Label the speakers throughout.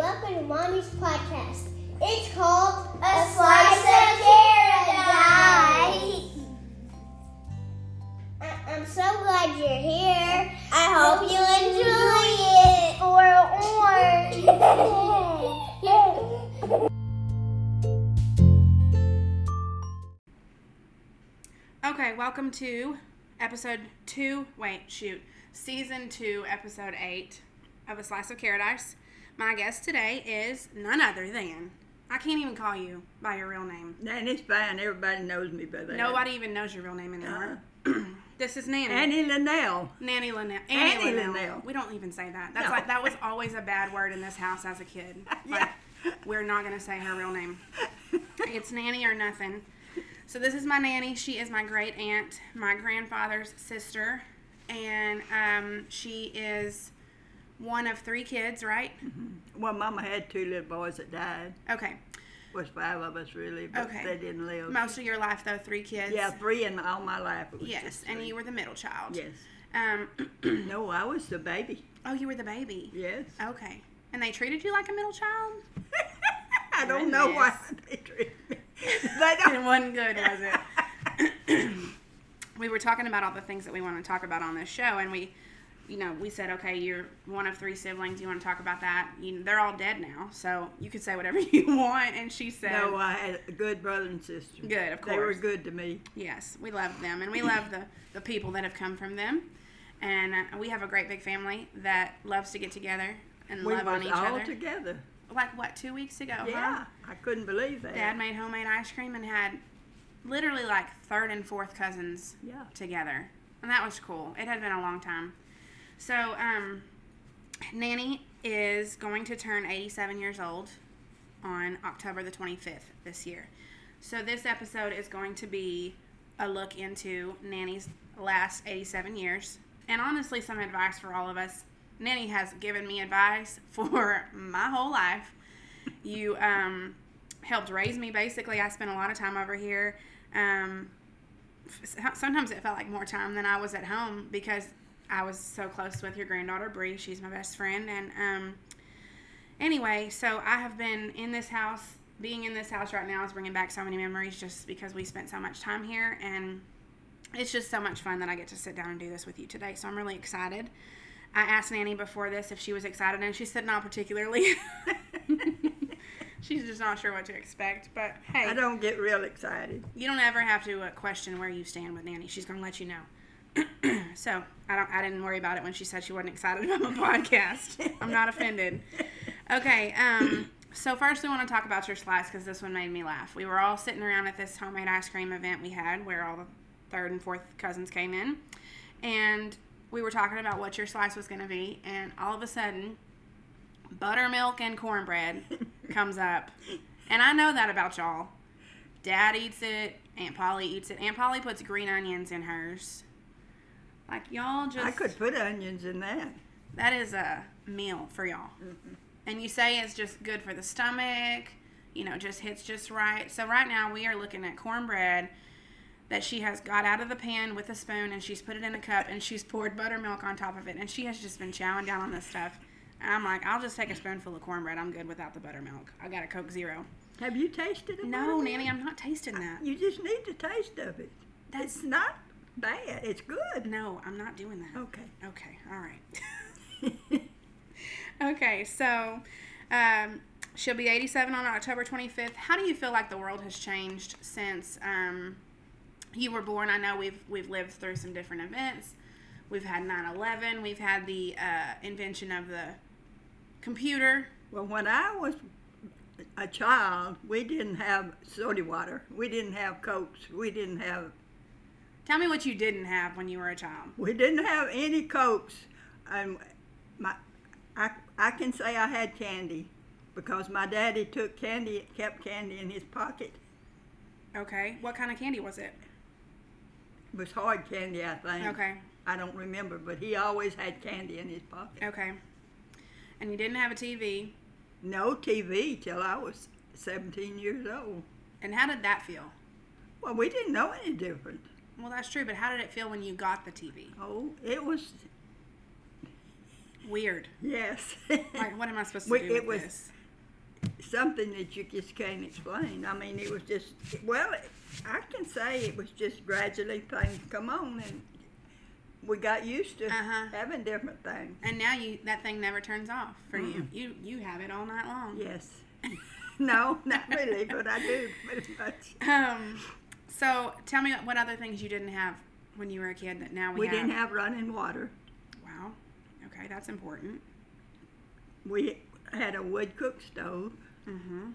Speaker 1: Mommy's podcast. It's called
Speaker 2: A Slice of Paradise.
Speaker 1: I- I'm so glad you're here.
Speaker 2: I hope you enjoy it.
Speaker 1: For orange.
Speaker 3: Okay, welcome to episode two. Wait, shoot, season two, episode eight of A Slice of Paradise. My guest today is none other than I can't even call you by your real name.
Speaker 4: And it's fine. Everybody knows me by that.
Speaker 3: Nobody even knows your real name anymore. this is Nanny.
Speaker 4: Uh-huh. Annie Linnell.
Speaker 3: Nanny Linnell.
Speaker 4: Annie Linnell.
Speaker 3: We don't even say that. That's
Speaker 4: No.
Speaker 3: like that was always a bad word in this house as a kid. Like,
Speaker 4: Yeah.
Speaker 3: we're not gonna say her real name. It's nanny or nothing. So this is my nanny. She is my great aunt, my grandfather's sister, and um, she is one of three kids, right?
Speaker 4: well, Mama had two little boys that died.
Speaker 3: Okay.
Speaker 4: Was five of us really, but
Speaker 3: Okay.
Speaker 4: they didn't live.
Speaker 3: Most of your life, though, three kids.
Speaker 4: yeah, three in all my life. It was
Speaker 3: Yes,
Speaker 4: just
Speaker 3: and
Speaker 4: three.
Speaker 3: you were the middle child.
Speaker 4: Yes.
Speaker 3: Um.
Speaker 4: No, I was the baby.
Speaker 3: oh, you were the baby.
Speaker 4: Yes.
Speaker 3: Okay. And they treated you like a middle child.
Speaker 4: I don't know why they treated me. They
Speaker 3: it
Speaker 4: don't.
Speaker 3: wasn't good, was it? we were talking about all the things that we want to talk about on this show, and we, you know, we said, okay, you're one of three siblings. You want to talk about that? You, they're all dead now, so you could say whatever you want. And she said,
Speaker 4: No, uh, I had a good brother and sister.
Speaker 3: Um, Good, of
Speaker 4: They were
Speaker 3: course.
Speaker 4: good to me.
Speaker 3: yes, we love them, and we love the the people that have come from them, and uh, we have a great big family that loves to get together and
Speaker 4: We
Speaker 3: love on
Speaker 4: was
Speaker 3: each
Speaker 4: all
Speaker 3: other.
Speaker 4: together.
Speaker 3: like what two weeks ago? huh?
Speaker 4: Yeah, I couldn't believe that.
Speaker 3: Dad made homemade ice cream and had literally like third and fourth cousins
Speaker 4: Yeah.
Speaker 3: together. And that was cool. It had been a long time. So, um, Nanny is going to turn 87 years old on October the 25th this year. So, this episode is going to be a look into Nanny's last 87 years and honestly some advice for all of us. Nanny has given me advice for my whole life. You um, helped raise me, basically. I spent a lot of time over here. Um, sometimes it felt like more time than I was at home because I was so close with your granddaughter Bree. She's my best friend, and um, anyway, so I have been in this house. Being in this house right now is bringing back so many memories, just because we spent so much time here, and it's just so much fun that I get to sit down and do this with you today. So I'm really excited. I asked Nanny before this if she was excited, and she said not particularly. She's just not sure what to expect, but hey,
Speaker 4: I don't get real excited.
Speaker 3: you don't ever have to uh, question where you stand with Nanny. She's gonna let you know. so I don't. I didn't worry about it when she said she wasn't excited about my podcast. I'm not offended. Okay. Um. So first, we want to talk about your slice because this one made me laugh. We were all sitting around at this homemade ice cream event we had, where all the third and fourth cousins came in, and we were talking about what your slice was gonna be, and all of a sudden, buttermilk and cornbread comes up, and I know that about y'all. Dad eats it. Aunt Polly eats it. Aunt Polly puts green onions in hers. Like y'all just
Speaker 4: I could put onions in that.
Speaker 3: that is a meal for y'all. And you say it's just good for the stomach, you know, just hits just right. So right now we are looking at cornbread that she has got out of the pan with a spoon and she's put it in a cup and she's poured buttermilk on top of it and she has just been chowing down on this stuff. And I'm like, I'll just take a spoonful of cornbread. I'm good without the buttermilk. I got a Coke Zero.
Speaker 4: Have you tasted it?
Speaker 3: No, Nanny, I'm not tasting that.
Speaker 4: You just need the taste of it.
Speaker 3: That's
Speaker 4: It's not bad. It's good.
Speaker 3: no, I'm not doing that.
Speaker 4: Okay.
Speaker 3: Okay, all right. okay, so um, she'll be 87 on October 25th. How do you feel like the world has changed since um, you were born? I know we've we've lived through some different events. We've had 9/11. We've had the uh, invention of the computer.
Speaker 4: Well, when I was a child, we didn't have soda water. We didn't have cokes. We didn't have
Speaker 3: Tell me what you didn't have when you were a child.
Speaker 4: we didn't have any cokes. And my I I can say I had candy because my daddy took candy kept candy in his pocket.
Speaker 3: Okay, what kind of candy was it?
Speaker 4: It was hard candy, I think.
Speaker 3: Okay,
Speaker 4: I don't remember, but he always had candy in his pocket.
Speaker 3: okay. And you didn't have a TV.
Speaker 4: No TV till I was 17 years old.
Speaker 3: And how did that feel?
Speaker 4: Well, we didn't know any different.
Speaker 3: Well, that's true, but how did it feel when you got the TV?
Speaker 4: Oh, it was
Speaker 3: Weird.
Speaker 4: yes.
Speaker 3: Like, what am I supposed to
Speaker 4: We-
Speaker 3: do
Speaker 4: it
Speaker 3: with
Speaker 4: was-
Speaker 3: this?
Speaker 4: something that you just can't explain. I mean, it was just well, I can say it was just gradually things come on, and we got used to
Speaker 3: Uh-huh.
Speaker 4: having different things.
Speaker 3: And now you that thing never turns off for you. You you have it all night long.
Speaker 4: Yes. no, not really, but I do pretty much.
Speaker 3: Um, so tell me what other things you didn't have when you were a kid that now we,
Speaker 4: We didn't have running water.
Speaker 3: Wow. Okay, that's important.
Speaker 4: We had a wood cook stove.
Speaker 3: Mm-hmm.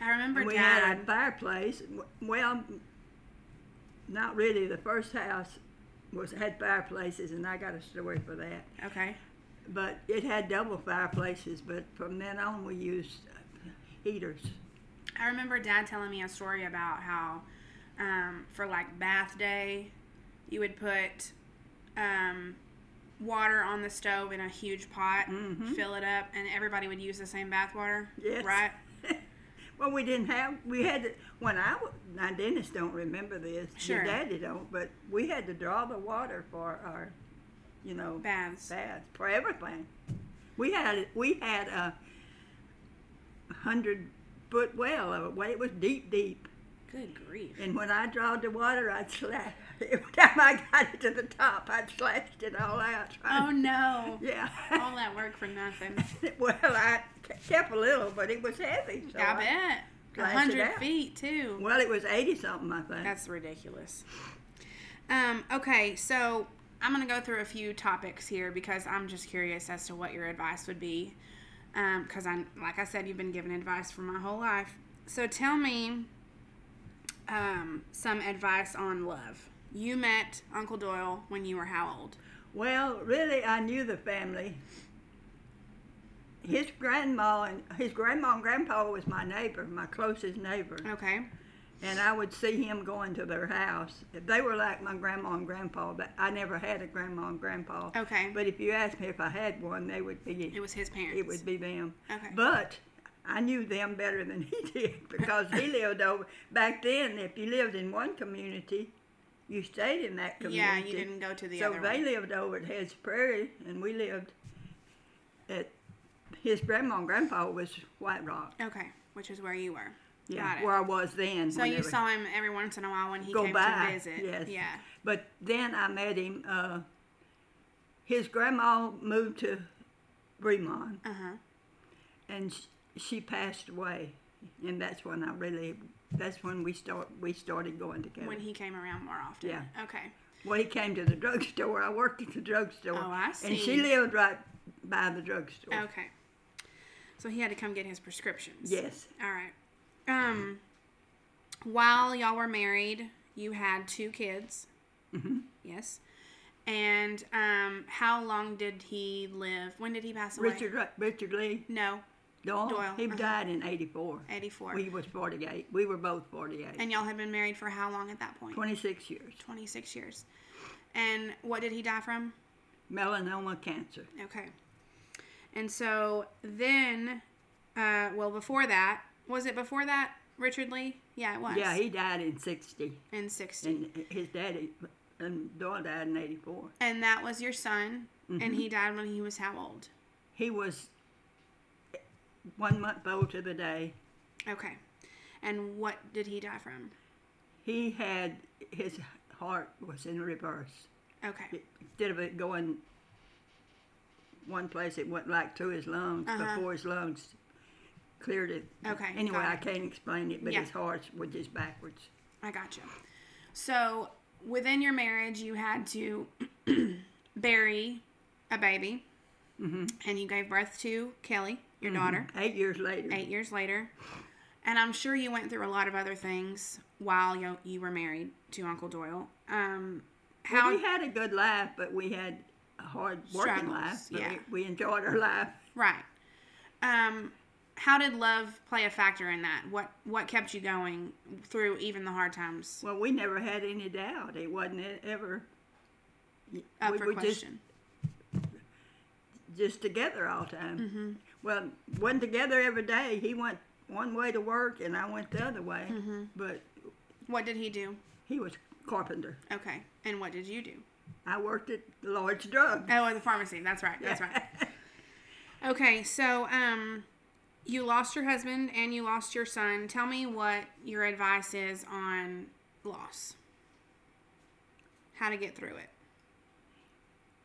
Speaker 3: I remember
Speaker 4: we
Speaker 3: dad.
Speaker 4: had a fireplace. W- Well, not really. The first house was had fireplaces, and I got a story for that.
Speaker 3: okay.
Speaker 4: But it had double fireplaces. But from then on, we used heaters.
Speaker 3: I remember dad telling me a story about how um, for like bath day, you would put um, water on the stove in a huge pot,
Speaker 4: Mhm.
Speaker 3: fill it up, and everybody would use the same bath water.
Speaker 4: Yes.
Speaker 3: Right?
Speaker 4: well, we didn't have. We had to, when I w- now Dennis don't remember this.
Speaker 3: Sure.
Speaker 4: Your daddy don't. But we had to draw the water for our, you know,
Speaker 3: Baths.
Speaker 4: baths for everything. We had we had a hundred foot well. of it. Well, it was deep, deep.
Speaker 3: Good grief.
Speaker 4: And when I drawed the water, I'd slash. Every time I got it to the top, I'd slashed it all out.
Speaker 3: Oh
Speaker 4: trying-
Speaker 3: no.
Speaker 4: Yeah.
Speaker 3: All that work for nothing.
Speaker 4: well, I k- kept a little, but it was heavy. So
Speaker 3: I bet. A
Speaker 4: Glass it
Speaker 3: hundred
Speaker 4: out.
Speaker 3: feet too.
Speaker 4: Well, it was eighty something, I think.
Speaker 3: That's ridiculous. Um, okay, so I'm gonna go through a few topics here because I'm just curious as to what your advice would be. Because I, like I said, you've been giving advice for my whole life. So tell me um, some advice on love. You met Uncle Doyle when you were how old?
Speaker 4: Well, really, I knew the family. His grandma and his grandma and grandpa was my neighbor, my closest neighbor,
Speaker 3: Okay.
Speaker 4: and I would see him going to their house. They were like my grandma and grandpa, but I never had a grandma and grandpa.
Speaker 3: Okay.
Speaker 4: But if you asked me if I had one, they would be
Speaker 3: It was his parents.
Speaker 4: it would be them.
Speaker 3: Okay.
Speaker 4: But I knew them better than he did because he lived over back then. If you lived in one community, you stayed in that community.
Speaker 3: Yeah, you didn't go to the
Speaker 4: so
Speaker 3: other
Speaker 4: they
Speaker 3: one.
Speaker 4: lived over at Heads Prairie, and we lived at his grandma and grandpa was White Rock.
Speaker 3: Okay, which is where you were.
Speaker 4: Yeah,
Speaker 3: Got it.
Speaker 4: where I was then.
Speaker 3: So you
Speaker 4: whenever-
Speaker 3: saw him every once in a while when he
Speaker 4: go
Speaker 3: came
Speaker 4: by.
Speaker 3: to visit.
Speaker 4: Yes.
Speaker 3: Yeah.
Speaker 4: But then I met him. Uh, his grandma moved to Fremont,
Speaker 3: Uh huh.
Speaker 4: and sh- she passed away, and that's when I really, that's when we start we started going together.
Speaker 3: When he came around more often.
Speaker 4: Yeah.
Speaker 3: Okay.
Speaker 4: well, he came to the drugstore. I worked at the drugstore.
Speaker 3: Oh, I
Speaker 4: And
Speaker 3: see.
Speaker 4: she lived right by the drugstore.
Speaker 3: Okay. So he had to come get his prescriptions.
Speaker 4: Yes.
Speaker 3: All right. Um, while y'all were married, you had two kids. Mm-hmm. Yes. And um, how long did he live? When did he pass away?
Speaker 4: Richard Ru- Richard Lee
Speaker 3: No,
Speaker 4: Doyle.
Speaker 3: Doyle,
Speaker 4: He
Speaker 3: uh-huh.
Speaker 4: died in '84.
Speaker 3: 84.
Speaker 4: We was 48. We were both 48.
Speaker 3: and y'all had been married for how long at that point?
Speaker 4: 26 years.
Speaker 3: 26 years. And what did he die from?
Speaker 4: Melanoma cancer.
Speaker 3: Okay. And so then, uh, well, before that, was it before that, Richard Lee? Yeah, it was.
Speaker 4: Yeah, he died in 60,
Speaker 3: in 60. And,
Speaker 4: and his daddy and Doyle died in '84.
Speaker 3: that was your son, and
Speaker 4: Mm-hmm.
Speaker 3: he died when he was how old?
Speaker 4: He was one month old to the day.
Speaker 3: Okay. And what did he die from?
Speaker 4: He had his heart was in reverse.
Speaker 3: Okay.
Speaker 4: It- Instead of it going one place, it went like to his lungs
Speaker 3: Uh-huh.
Speaker 4: before his lungs cleared it.
Speaker 3: Okay,
Speaker 4: Anyway,
Speaker 3: got
Speaker 4: I
Speaker 3: it.
Speaker 4: can't explain it, but
Speaker 3: Yeah.
Speaker 4: his heart was just backwards.
Speaker 3: I gotcha. So within your marriage, you had to bury a baby,
Speaker 4: Mm-hmm.
Speaker 3: and you gave birth to Kelly, your daughter.
Speaker 4: Eight years later.
Speaker 3: eight years later. And I'm sure you went through a lot of other things while you, you were married to Uncle Doyle. Um,
Speaker 4: Well,
Speaker 3: how
Speaker 4: we had a good life, but we had a hard working
Speaker 3: Struggles,
Speaker 4: life. but
Speaker 3: yeah.
Speaker 4: we, we enjoyed our life.
Speaker 3: right? Um, how did love play a factor in that? What what kept you going through even the hard times?
Speaker 4: Well, we never had any doubt. It wasn't e- ever
Speaker 3: Up
Speaker 4: we
Speaker 3: for
Speaker 4: were just-
Speaker 3: question.
Speaker 4: just together all the time.
Speaker 3: Mm-hmm.
Speaker 4: Well, wasn't together every day. He went one way to work and I went the other way.
Speaker 3: Mm-hmm.
Speaker 4: But
Speaker 3: what did he do?
Speaker 4: he was carpenter.
Speaker 3: Okay, and what did you do?
Speaker 4: I worked at Lord's Drug.
Speaker 3: Oh, at the pharmacy. That's right. That's right. Okay, so um, you lost your husband and you lost your son. Tell me what your advice is on loss. How to get through it.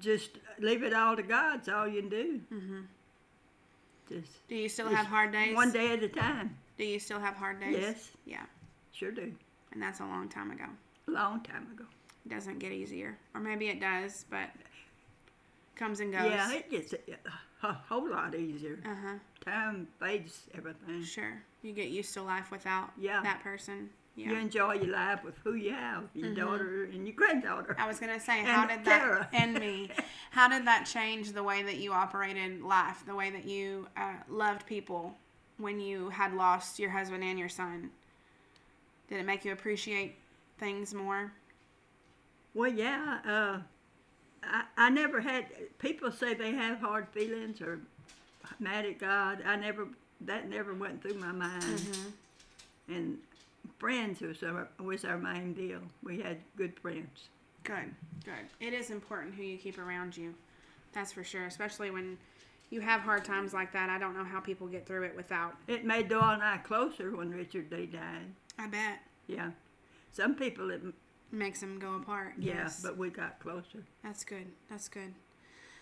Speaker 4: Just leave it all to God. It's all you can do. Just
Speaker 3: Mm-hmm. Do you still
Speaker 4: just
Speaker 3: have hard days?
Speaker 4: One day at a time.
Speaker 3: Do you still have hard days?
Speaker 4: Yes.
Speaker 3: Yeah.
Speaker 4: Sure do.
Speaker 3: And that's a long time ago.
Speaker 4: Long time ago.
Speaker 3: It doesn't get easier. Or maybe it does, but comes and goes.
Speaker 4: Yeah, it gets a, a whole lot easier.
Speaker 3: Uh huh.
Speaker 4: Time fades everything.
Speaker 3: Sure. You get used to life without
Speaker 4: Yeah.
Speaker 3: that person.
Speaker 4: You
Speaker 3: Yeah. Mm-hmm.
Speaker 4: enjoy your life with who you have, your daughter and your granddaughter.
Speaker 3: I was gonna say, how
Speaker 4: And
Speaker 3: did that
Speaker 4: Tara.
Speaker 3: and me? How did that change the way that you operated life, the way that you uh, loved people when you had lost your husband and your son? Did it make you appreciate things more?
Speaker 4: Well, yeah. Uh, I, I never had. People say they have hard feelings or mad at God. I never. That never went through my mind.
Speaker 3: Mm-hmm.
Speaker 4: And friends was our was our main deal. We had good friends.
Speaker 3: Good, good. It is important who you keep around you. That's for sure, especially when you have hard times like that. I don't know how people get through it without.
Speaker 4: It made Doyle and I closer when Richard D died.
Speaker 3: I bet
Speaker 4: Yeah. Some people, it,
Speaker 3: makes them go apart.
Speaker 4: yeah,
Speaker 3: yes.
Speaker 4: but we got closer.
Speaker 3: That's good. That's good.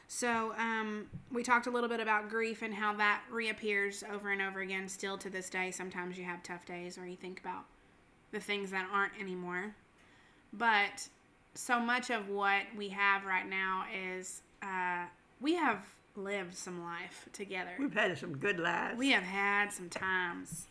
Speaker 3: So, um, we talked a little bit about grief and how that reappears over and over again still to this day. Sometimes you have tough days or you think about the things that aren't anymore. But so much of what we have right now is uh, we have lived some life together.
Speaker 4: We've had some good lives.
Speaker 3: We have had some times.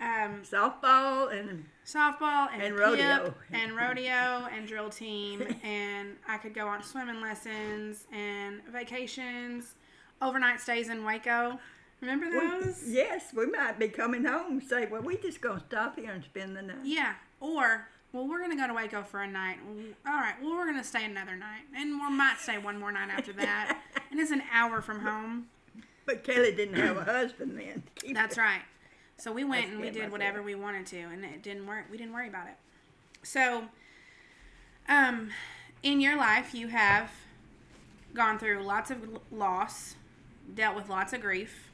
Speaker 3: Um,
Speaker 4: softball and
Speaker 3: softball and,
Speaker 4: And
Speaker 3: pip
Speaker 4: rodeo.
Speaker 3: and rodeo and drill team and I could go on swimming lessons and vacations, overnight stays in Waco. Remember
Speaker 4: we-
Speaker 3: those?
Speaker 4: yes, we might be coming home and say, well, we just gonna stop here and spend the night.
Speaker 3: Yeah. Or well, we're gonna go to Waco for a night. Well, All right. Well, we're gonna stay another night, and we might stay one more night after that. and it's an hour from home.
Speaker 4: But Kelly didn't have a husband then. Keep
Speaker 3: That's
Speaker 4: it.
Speaker 3: right. So we went and we
Speaker 4: get
Speaker 3: did
Speaker 4: myself.
Speaker 3: whatever we wanted to, and it didn't work. We didn't worry about it. So, um, in your life, you have gone through lots of l- loss, dealt with lots of grief.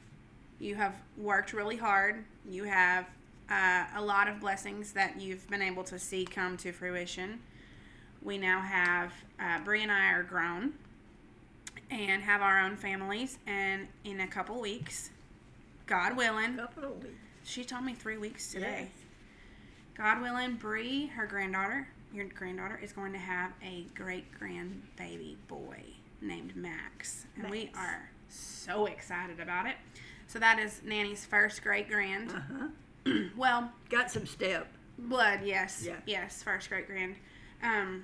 Speaker 3: You have worked really hard. You have uh, a lot of blessings that you've been able to see come to fruition. We now have uh, Bree and I are grown and have our own families, and in a couple weeks, God willing,
Speaker 4: Couple of weeks.
Speaker 3: she told me three weeks today.
Speaker 4: Yes.
Speaker 3: God willing, Bree, her granddaughter, your granddaughter, is going to have a great grandbaby boy named Max. And we
Speaker 4: Max.
Speaker 3: are so excited about it. So that is Nanny's first great grand.
Speaker 4: Uh-huh.
Speaker 3: Well,
Speaker 4: Got some step.
Speaker 3: blood, yes.
Speaker 4: Yeah.
Speaker 3: Yes, first great grand. Um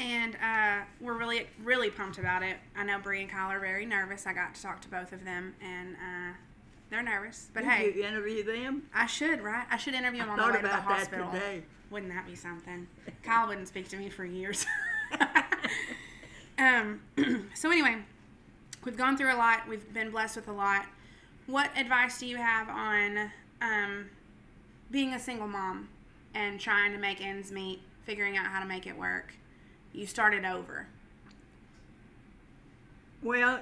Speaker 3: and uh, we're really, really pumped about it. I know Bree and Kyle are very nervous. I got to talk to both of them, and uh, they're nervous. But
Speaker 4: Did
Speaker 3: hey,
Speaker 4: you interview them?
Speaker 3: I should, right? I should interview him on the
Speaker 4: Thought
Speaker 3: way to the
Speaker 4: about that
Speaker 3: hospital.
Speaker 4: today.
Speaker 3: Wouldn't that be something? Kyle wouldn't speak to me for years. um, so anyway, we've gone through a lot. We've been blessed with a lot. What advice do you have on um, being a single mom and trying to make ends meet, figuring out how to make it work? You started over.
Speaker 4: Well,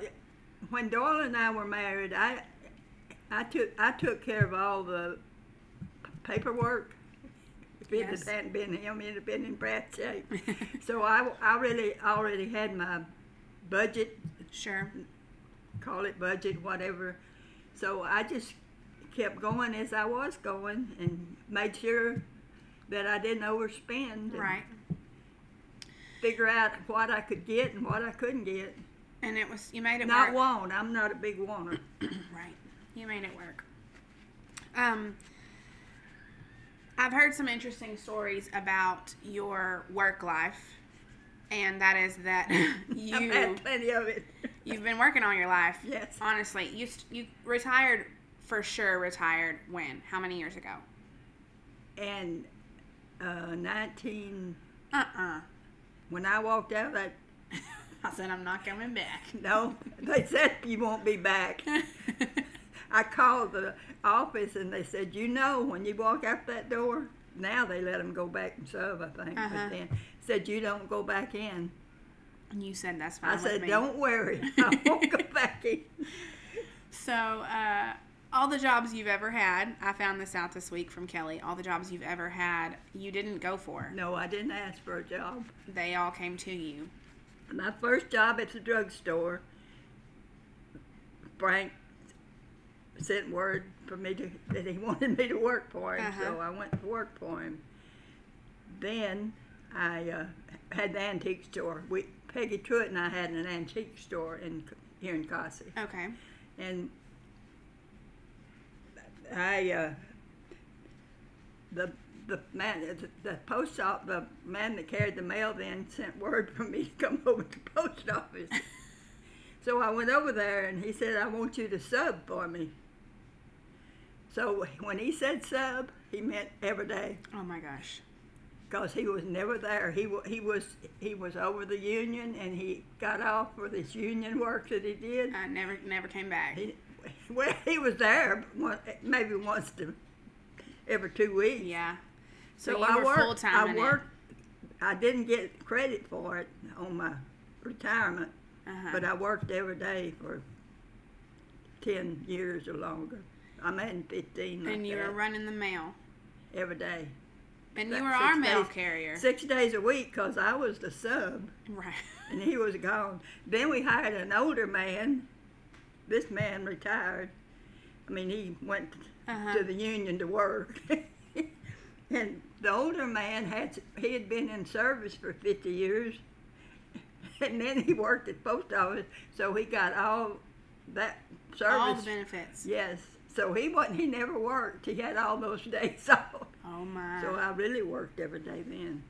Speaker 4: when Doyle and I were married, I I took I took care of all the p- paperwork. If it
Speaker 3: Yes.
Speaker 4: hadn't been him, it'd have been in Brad's shape. so I, I really already had my budget
Speaker 3: Sure.
Speaker 4: call it budget, whatever. So I just kept going as I was going and made sure that I didn't overspend. and
Speaker 3: Right.
Speaker 4: Figure out what I could get and what I couldn't get.
Speaker 3: And it was you made it
Speaker 4: Not
Speaker 3: work.
Speaker 4: want. I'm not a big wanter.
Speaker 3: Right. You made it work. Um, I've heard some interesting stories about your work life, and that is that
Speaker 4: I've
Speaker 3: you
Speaker 4: had plenty of it.
Speaker 3: you've been working all your life.
Speaker 4: Yes.
Speaker 3: Honestly, you st- you retired for sure. Retired when? How many years ago?
Speaker 4: And uh, 19,
Speaker 3: Uh uh
Speaker 4: when I walked out, that
Speaker 3: I said I'm not coming back.
Speaker 4: no, they said you won't be back. I called the office and they said, you know, when you walk out that door, now they let them go back and serve, I think.
Speaker 3: Uh-huh.
Speaker 4: But then said, you don't go back in.
Speaker 3: and you said that's fine.
Speaker 4: I
Speaker 3: with
Speaker 4: said,
Speaker 3: me.
Speaker 4: don't worry, I won't go back in.
Speaker 3: So, uh, all the jobs you've ever had, I found this out this week from Kelly. All the jobs you've ever had, you didn't go for.
Speaker 4: No, I didn't ask for a job.
Speaker 3: They all came to you.
Speaker 4: My first job at the drugstore, Frank sent word for me to that he wanted me to work for him, so
Speaker 3: Uh-huh.
Speaker 4: I went to work for him. Then I uh, had the antique store. We Peggy Truitt and I had an antique store in here in Cossie
Speaker 3: Okay.
Speaker 4: and I uh, the the man the, the post op the man that carried the mail then sent word for me to come over to the post office. so I went over there and he said, "I want you to sub for me." So when he said sub, he meant every day
Speaker 3: Oh my gosh.
Speaker 4: because he was never there. He wa- he was he was over the union and he got off for this union work that he did.
Speaker 3: I never, never came back.
Speaker 4: He, well, he was there one, maybe once to every two weeks.
Speaker 3: Yeah. So,
Speaker 4: So,
Speaker 3: you
Speaker 4: I
Speaker 3: were
Speaker 4: worked.
Speaker 3: full time.
Speaker 4: I worked. I didn't get credit for it on my retirement,
Speaker 3: Uh-huh.
Speaker 4: but I worked every day for ten years or longer. I'm in fifteen. like
Speaker 3: And you were
Speaker 4: that,
Speaker 3: running the mail.
Speaker 4: every day.
Speaker 3: And
Speaker 4: About
Speaker 3: you were
Speaker 4: six
Speaker 3: our mail
Speaker 4: days-
Speaker 3: carrier.
Speaker 4: Six days a week, cause I was the sub.
Speaker 3: Right.
Speaker 4: and he was gone. Then we hired an older man. This man retired. I mean, he went
Speaker 3: Uh-huh.
Speaker 4: to the union to work. and the older man had he had been in service for 50 years, and then he worked at post office, so he got all that service.
Speaker 3: All the benefits.
Speaker 4: yes. So he wasn't. He never worked. He had all those days off.
Speaker 3: Oh my.
Speaker 4: So I really worked every day then.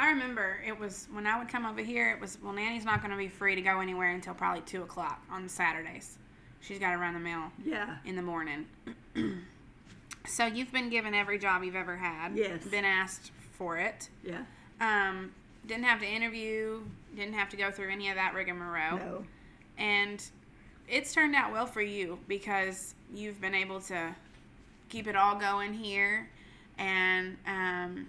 Speaker 3: I remember it was when I would come over here. It was well, Nanny's not going to be free to go anywhere until probably two o'clock on Saturdays. She's got to run the mail
Speaker 4: Yeah.
Speaker 3: in the morning. so you've been given every job you've ever had.
Speaker 4: Yes.
Speaker 3: Been asked for it.
Speaker 4: Yeah.
Speaker 3: Um, didn't have to interview. Didn't have to go through any of that rigmarole.
Speaker 4: No.
Speaker 3: And it's turned out well for you because you've been able to keep it all going here. And um,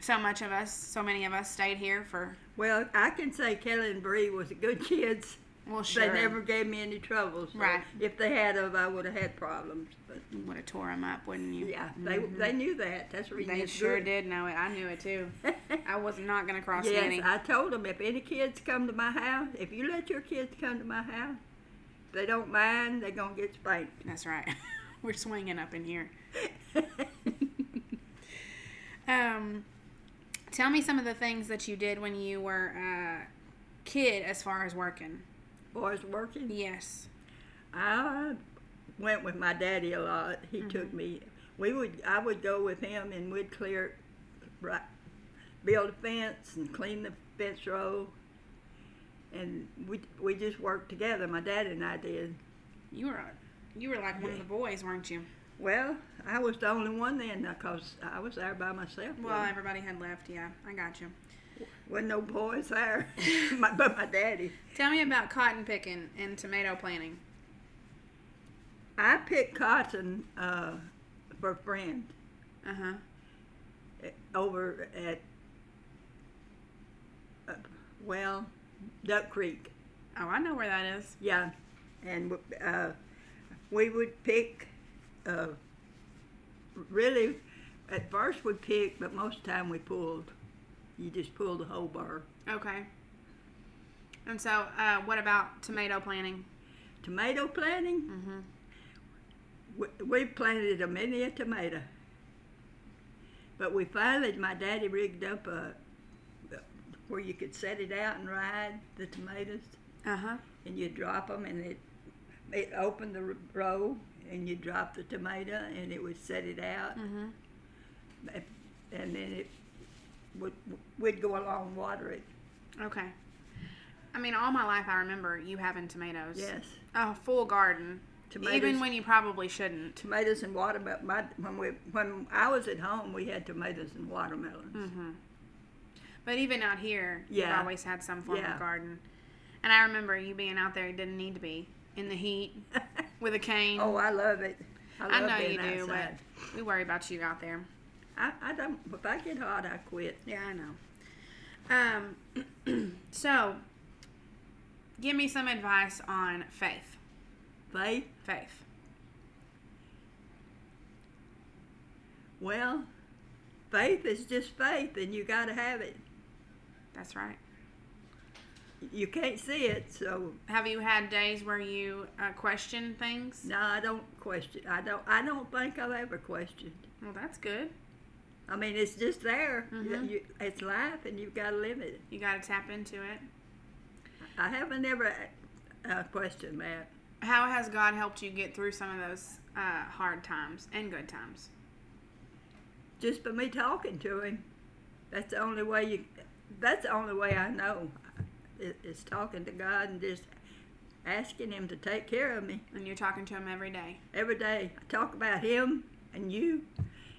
Speaker 3: so much of us, so many of us stayed here for,
Speaker 4: Well, I can say Kelly and Bree was good kids.
Speaker 3: well, sure.
Speaker 4: They never gave me any trouble. So
Speaker 3: Right.
Speaker 4: If they had of, I would have had problems. But
Speaker 3: would have tore them up, wouldn't you?
Speaker 4: yeah, they they knew that. That's the reason
Speaker 3: Mm-hmm. They
Speaker 4: it's
Speaker 3: sure
Speaker 4: good.
Speaker 3: did know it. I knew it too. I was not going to cross
Speaker 4: yes,
Speaker 3: Nanny.
Speaker 4: I told them if any kids come to my house, if you let your kids come to my house, they don't mind. They're gonna get spanked.
Speaker 3: That's right. We're swinging up in here. um, tell me some of the things that you did when you were a kid as far as working.
Speaker 4: Boys working.
Speaker 3: Yes.
Speaker 4: I went with my daddy a lot. He took me. We would. I would go with him, and we'd clear, right, build a fence and clean the fence row. And we we just worked together. My daddy and I did.
Speaker 3: You were a- you were like one of the boys, weren't you?
Speaker 4: Well, I was the only one then because I was there by myself.
Speaker 3: Well,
Speaker 4: wasn't-
Speaker 3: everybody had left. Yeah, I got you.
Speaker 4: wasn't no boys there, my, but my daddy.
Speaker 3: Tell me about cotton picking and tomato planting.
Speaker 4: I picked cotton uh, for a friend.
Speaker 3: Uh huh.
Speaker 4: over at, uh, well, Duck Creek.
Speaker 3: Oh, I know where that is.
Speaker 4: Yeah, and uh, we would pick. Uh, really, at first we picked, but most of the time we pulled. You just pull the whole bar.
Speaker 3: Okay. And so, uh, what about tomato planting?
Speaker 4: Tomato planting.
Speaker 3: Mhm.
Speaker 4: We, we planted a many a tomato. But we finally, my daddy rigged up a where you could set it out and ride the tomatoes.
Speaker 3: Uh huh.
Speaker 4: and you drop them and it it opened the r- row and you drop the tomato and it would set it out
Speaker 3: Mhm.
Speaker 4: If- and then it would we'd go along and water it
Speaker 3: Okay. I mean, all my life I remember you having tomatoes.
Speaker 4: yes
Speaker 3: A full garden.
Speaker 4: tomatoes
Speaker 3: Even when you probably shouldn't.
Speaker 4: tomatoes and watermelon my when we when I was at home we had tomatoes and watermelons
Speaker 3: Mm. But even out here, you've
Speaker 4: Yeah.
Speaker 3: always had some form
Speaker 4: Yeah.
Speaker 3: of garden. And I remember you being out there, you didn't need to be in the heat with a cane.
Speaker 4: oh I love it I, love
Speaker 3: I know you
Speaker 4: being
Speaker 3: do,
Speaker 4: outside.
Speaker 3: but we worry about you out there.
Speaker 4: I, I don't if I get hot I quit
Speaker 3: Yeah, I know. Um, so, give me some advice on faith.
Speaker 4: Faith?
Speaker 3: Faith.
Speaker 4: Well, faith is just faith, and you got to have it.
Speaker 3: That's right.
Speaker 4: You can't see it, so
Speaker 3: Have you had days where you uh, question things?
Speaker 4: no, I don't question. I don't. I don't think I've ever questioned.
Speaker 3: Well, that's good.
Speaker 4: I mean, it's just there.
Speaker 3: Mhm.
Speaker 4: You, it's life, and you've got to live it.
Speaker 3: You got to tap into it.
Speaker 4: I haven't ever uh, questioned that.
Speaker 3: How has God helped you get through some of those uh, hard times and good times?
Speaker 4: Just by me talking to him, that's the only way you. That's the only way I know. i- Is talking to God and just asking Him to take care of me
Speaker 3: And you're talking to Him every day.
Speaker 4: every day. I talk about Him and you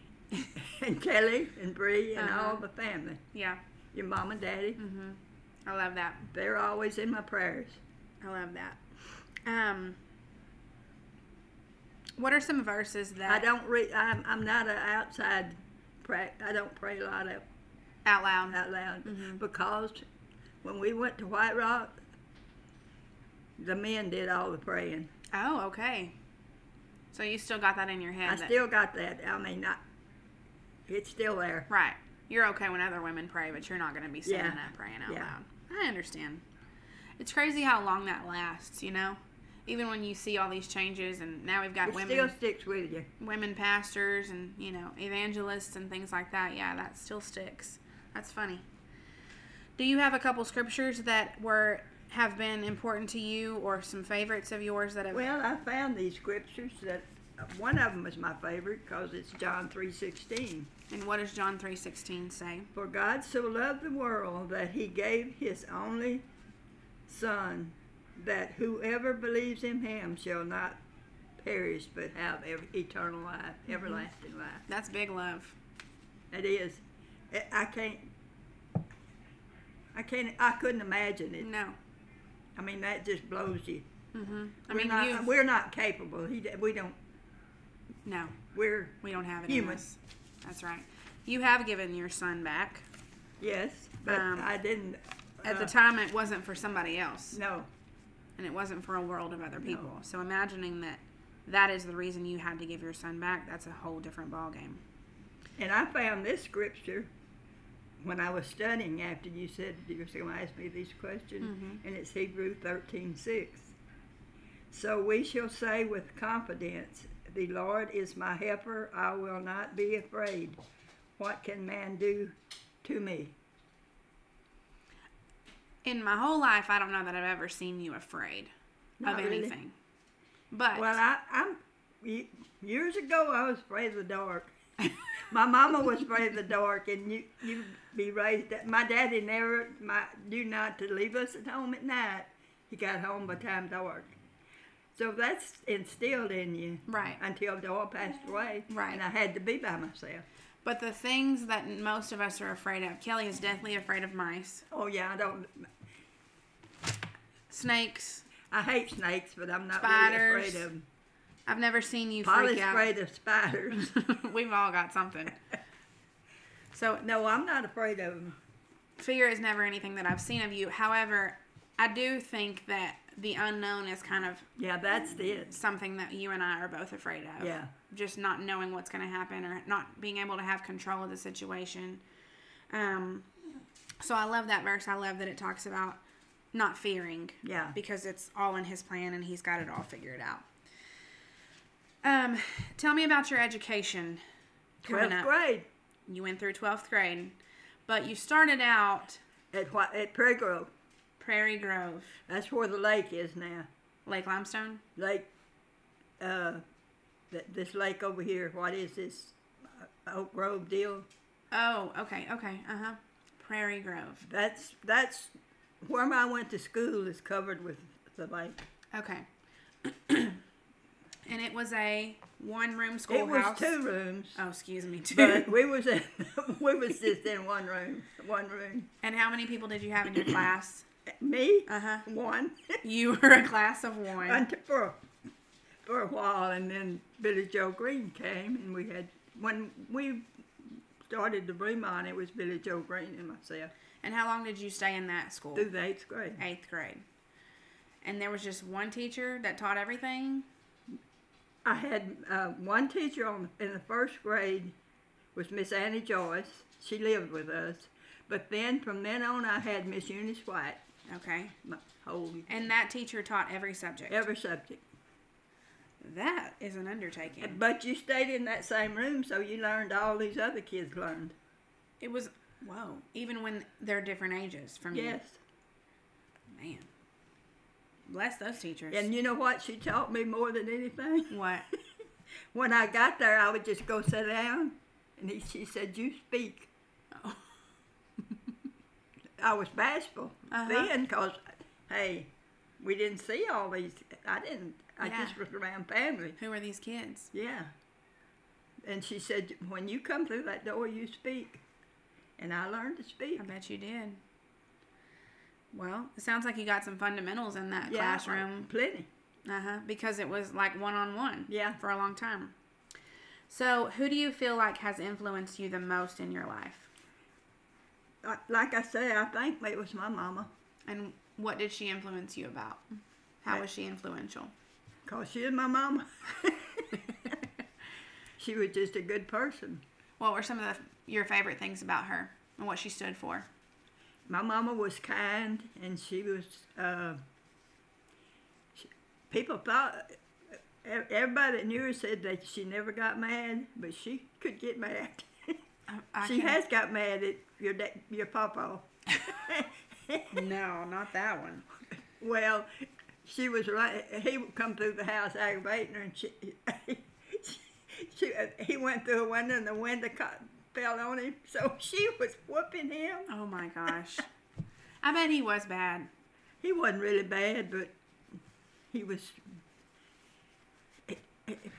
Speaker 4: and Kelly and Bree and all
Speaker 3: Uh-huh.
Speaker 4: the family.
Speaker 3: Yeah.
Speaker 4: Your mom and daddy.
Speaker 3: Mm-hmm. I love that.
Speaker 4: They're always in my prayers.
Speaker 3: I love that. Um, what are some verses that
Speaker 4: I don't read. I'm, I'm not an outside. Pray, I don't pray a lot out,
Speaker 3: out loud?
Speaker 4: out loud
Speaker 3: Mm-hmm.
Speaker 4: because when we went to White Rock, the men did all the praying.
Speaker 3: Oh, okay. So you still got that in your head.
Speaker 4: I
Speaker 3: that-
Speaker 4: still got that. I mean, I, it's still there.
Speaker 3: Right. You're okay when other women pray, but you're not going to be standing
Speaker 4: Yeah.
Speaker 3: up praying out
Speaker 4: Yeah.
Speaker 3: loud. I understand. It's crazy how long that lasts, you know? Even when you see all these changes, and now we've got
Speaker 4: It
Speaker 3: women
Speaker 4: still sticks with you.
Speaker 3: women pastors and you know evangelists and things like that yeah that still sticks that's funny do you have a couple scriptures that were have been important to you or some favorites of yours that have
Speaker 4: Well, I found these scriptures that one of them was my favorite because it's John three sixteen.
Speaker 3: and what does john 3.16 say
Speaker 4: For God so loved the world that he gave his only Son, that whoever believes in him shall not perish but have ev- eternal life,
Speaker 3: Mm-hmm.
Speaker 4: everlasting life.
Speaker 3: that's big love
Speaker 4: It is. I- I can't. I can't. I couldn't imagine it.
Speaker 3: no
Speaker 4: I mean, that just blows you.
Speaker 3: mm-hmm. i
Speaker 4: we're
Speaker 3: mean
Speaker 4: not, uh,
Speaker 3: you
Speaker 4: we're not capable. He, d- we don't.
Speaker 3: no
Speaker 4: We're
Speaker 3: we don't have it in
Speaker 4: Human.
Speaker 3: us that's right you have given your son back
Speaker 4: yes, but
Speaker 3: Um,
Speaker 4: I didn't.
Speaker 3: at the
Speaker 4: uh,
Speaker 3: time it wasn't for somebody else
Speaker 4: No.
Speaker 3: and it wasn't for a world of other people. So imagining that that is the reason you had to give your son back, that's a whole different ballgame.
Speaker 4: And I found this scripture when I was studying after you said you were going to ask me these questions, and it's Hebrew thirteen six. So we shall say with confidence, The Lord is my helper, I will not be afraid. What can man do to me?
Speaker 3: In my whole life, I don't know that I've ever seen you afraid
Speaker 4: Not
Speaker 3: of
Speaker 4: really.
Speaker 3: anything. But
Speaker 4: Well, I, I'm y- years ago I was afraid of the dark. my mama was afraid of the dark, and you you be raised. That, my daddy never my knew not to leave us at home at night. He got home by time dark. So that's instilled in you
Speaker 3: right.
Speaker 4: until Doyle passed away,
Speaker 3: Right.
Speaker 4: and I had to be by myself.
Speaker 3: But the things that most of us are afraid of, Kelly is deathly afraid of mice,
Speaker 4: Oh yeah, I don't.
Speaker 3: snakes.
Speaker 4: I hate snakes, but I'm not really
Speaker 3: Spiders.
Speaker 4: afraid of them.
Speaker 3: I've never seen you
Speaker 4: Polly's
Speaker 3: freak out.
Speaker 4: afraid of spiders.
Speaker 3: We've all got something. So
Speaker 4: no, I'm not afraid of them.
Speaker 3: fear is never anything that I've seen of you. However, I do think that the unknown is kind of
Speaker 4: Yeah,
Speaker 3: Mm.
Speaker 4: that's it.
Speaker 3: something that you and I are both afraid of.
Speaker 4: Yeah.
Speaker 3: Just not knowing what's going to happen or not being able to have control of the situation. Um, so I love that verse. I love that it talks about not fearing.
Speaker 4: Yeah.
Speaker 3: Because it's all in his plan and he's got it all figured out. Um, tell me about your education. coming
Speaker 4: Twelfth
Speaker 3: up.
Speaker 4: grade.
Speaker 3: You went through 12th grade, but you started out
Speaker 4: At what at Prairie Grove.
Speaker 3: Prairie Grove,
Speaker 4: That's where the lake is now.
Speaker 3: Lake Limestone.
Speaker 4: Lake, uh, th- this lake over here. What is this uh, Oak Grove deal?
Speaker 3: Oh, okay, okay, uh huh. Prairie Grove.
Speaker 4: That's that's where I went to school is covered with the lake.
Speaker 3: Okay. and it was a one room
Speaker 4: It was
Speaker 3: schoolhouse.
Speaker 4: two rooms,
Speaker 3: Oh, excuse me, two.
Speaker 4: but we was in, we was just in one room. One room.
Speaker 3: and how many people did you have in your class?
Speaker 4: Me,
Speaker 3: Uh-huh.
Speaker 4: one,
Speaker 3: You were a class of one.
Speaker 4: until for for a while, and then Billy Joe Green came, and we had when we started the Bremont, it was Billy Joe Green and myself.
Speaker 3: And how long did you stay in that school?
Speaker 4: through the eighth grade.
Speaker 3: Eighth grade. and there was just one teacher that taught everything.
Speaker 4: I had uh, one teacher on, in the first grade was Miss Annie Joyce. She lived with us. But then from then on, I had Miss Eunice White,
Speaker 3: Okay.
Speaker 4: my whole
Speaker 3: And that teacher taught every subject.
Speaker 4: every subject.
Speaker 3: That is an undertaking.
Speaker 4: But you stayed in that same room, so you learned all these other kids learned.
Speaker 3: It was whoa. Even when they're different ages from
Speaker 4: Yes.
Speaker 3: you, man. Bless those teachers.
Speaker 4: And you know what? She taught me more than anything.
Speaker 3: what?
Speaker 4: When I got there, I would just go sit down, and he, she said, "You speak."
Speaker 3: Oh.
Speaker 4: I was bashful
Speaker 3: Uh-huh.
Speaker 4: then 'cause hey, we didn't see all these. I didn't. I
Speaker 3: Yeah.
Speaker 4: just was around family.
Speaker 3: Who are these kids?
Speaker 4: Yeah. And she said, "When you come through that door, you speak." And I learned to speak.
Speaker 3: I bet you did. Well, it sounds like you got some fundamentals in that
Speaker 4: Yeah,
Speaker 3: classroom.
Speaker 4: Plenty.
Speaker 3: Uh huh. Because it was like one on one.
Speaker 4: Yeah.
Speaker 3: For a long time. So, who do you feel like has influenced you the most in your life?
Speaker 4: I- Like I say, I think it was my mama.
Speaker 3: And what did she influence you about? How was she influential?
Speaker 4: Cause she and my mama. she was just a good person.
Speaker 3: What were some of the, your favorite things about her and what she stood for?
Speaker 4: My mama was kind, and she was. Uh, she, people thought e- everybody that knew her said that she never got mad, but she could get mad.
Speaker 3: I, I
Speaker 4: she
Speaker 3: can-
Speaker 4: has got mad at your da- your papa.
Speaker 3: No, not that one.
Speaker 4: well, she was right. He would come through the house aggravating her, and she. She, uh, he went through a window and the window caught, fell on him, so she was whooping him.
Speaker 3: Oh my gosh. I bet he was bad.
Speaker 4: He wasn't really bad, but he was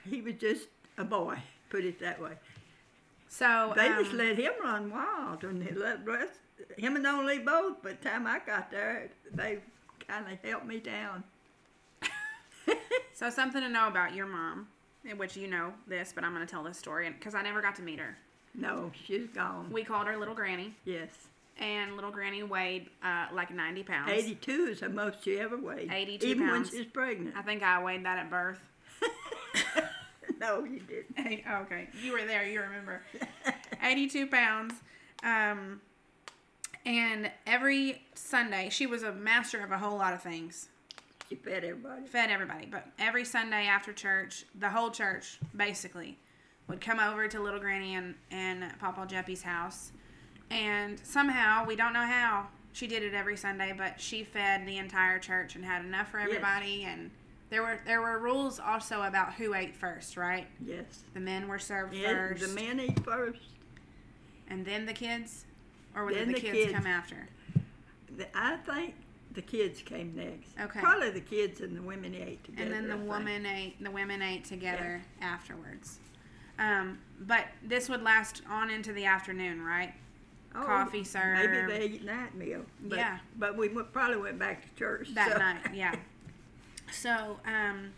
Speaker 4: he was just a boy. Put it that way.
Speaker 3: So
Speaker 4: They
Speaker 3: um,
Speaker 4: just let him run wild, and they let rest, him and only both. By the time I got there, they kind of helped me down.
Speaker 3: so something to know about your mom, and which you know this, but I'm going to tell this story because I never got to meet her.
Speaker 4: No, she's gone.
Speaker 3: We called her Little Granny,
Speaker 4: yes,
Speaker 3: and Little Granny weighed uh, like 90 pounds.
Speaker 4: eighty-two is the most she ever weighed.
Speaker 3: 82
Speaker 4: even
Speaker 3: pounds.
Speaker 4: when she's pregnant.
Speaker 3: I think I weighed that at birth.
Speaker 4: no, you didn't.
Speaker 3: okay, you were there. You remember. 82 pounds. Um, and every Sunday, she was a master of a whole lot of things.
Speaker 4: she fed everybody.
Speaker 3: fed everybody, but every Sunday after church, the whole church basically would come over to Little Granny and, and Papa Jeppy's house. And somehow, we don't know how, she did it every Sunday, but she fed the entire church and had enough for everybody. And there were there were rules also about who ate first, right?
Speaker 4: Yes.
Speaker 3: The men were served
Speaker 4: Yeah,
Speaker 3: first,
Speaker 4: the men eat first.
Speaker 3: and then the kids, or would
Speaker 4: Then
Speaker 3: the,
Speaker 4: the
Speaker 3: kids,
Speaker 4: kids.
Speaker 3: come after?
Speaker 4: The- I think the kids came next.
Speaker 3: Okay.
Speaker 4: Probably the kids and the women ate together.
Speaker 3: and then
Speaker 4: I
Speaker 3: the
Speaker 4: think.
Speaker 3: woman ate the women ate together afterwards um, but this would last on into the afternoon right
Speaker 4: Oh,
Speaker 3: coffee
Speaker 4: Maybe
Speaker 3: served.
Speaker 4: they ate night meal. But,
Speaker 3: Yeah.
Speaker 4: But we went, probably went back to church
Speaker 3: that
Speaker 4: so-
Speaker 3: night yeah so um,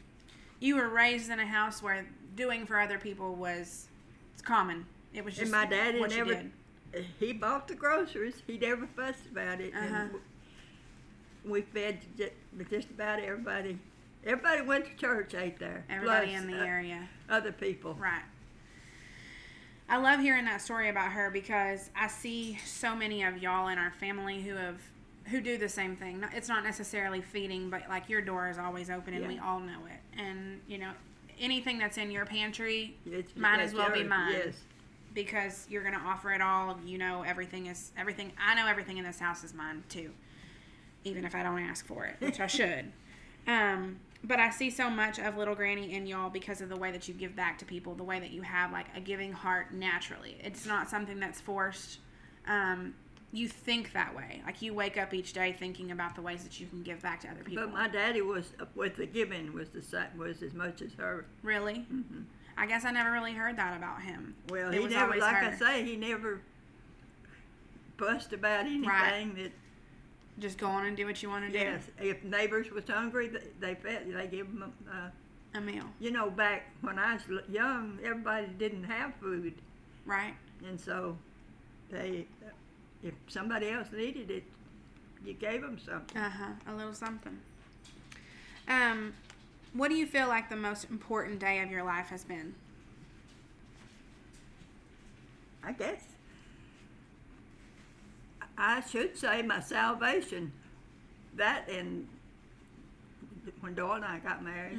Speaker 3: you were raised in a house where doing for other people was it's common it was just
Speaker 4: And my daddy
Speaker 3: what you
Speaker 4: never.
Speaker 3: did.
Speaker 4: He bought the groceries. He never fussed about it.
Speaker 3: Uh-huh.
Speaker 4: And w- we fed ju- with just about everybody. Everybody went to church, ate there.
Speaker 3: everybody
Speaker 4: plus,
Speaker 3: in the
Speaker 4: uh,
Speaker 3: area
Speaker 4: Other people.
Speaker 3: Right. I love hearing that story about her because I see so many of y'all in our family who have who do the same thing. Not- It's not necessarily feeding, but like your door is always open and we
Speaker 4: Yeah.
Speaker 3: all know it. And you know, anything that's in your pantry
Speaker 4: It's-
Speaker 3: might as
Speaker 4: that's
Speaker 3: well be
Speaker 4: yours,
Speaker 3: mine
Speaker 4: Yes.
Speaker 3: because you're gonna offer it all. You know everything is everything. I know everything in this house is mine too, even if I don't ask for it, which I should. Um, but I see so much of little granny in y'all because of the way that you give back to people, the way that you have like a giving heart naturally. It's not something that's forced. Um, you think that way. Like you wake up each day thinking about the ways that you can give back to other people.
Speaker 4: But my daddy was with the giving was the same, was as much as her.
Speaker 3: really? I guess I never really heard that about him.
Speaker 4: Mm-hmm. Well,
Speaker 3: It
Speaker 4: he
Speaker 3: was
Speaker 4: never,
Speaker 3: always
Speaker 4: like I
Speaker 3: her.
Speaker 4: say, he never fussed about anything that.
Speaker 3: Just go on and do what you want to
Speaker 4: Yes, if neighbors was hungry, th- they fed, they gave them. Uh,
Speaker 3: do. A meal,
Speaker 4: you know, back when I was l- young, everybody didn't have food,
Speaker 3: right?
Speaker 4: and so they, if somebody else needed it, you gave them something.
Speaker 3: Uh huh. A little Uh-huh, something. Um, what do you feel like the most important day of your life has been?
Speaker 4: I guess I should say my salvation. That and when Doyle and I got married.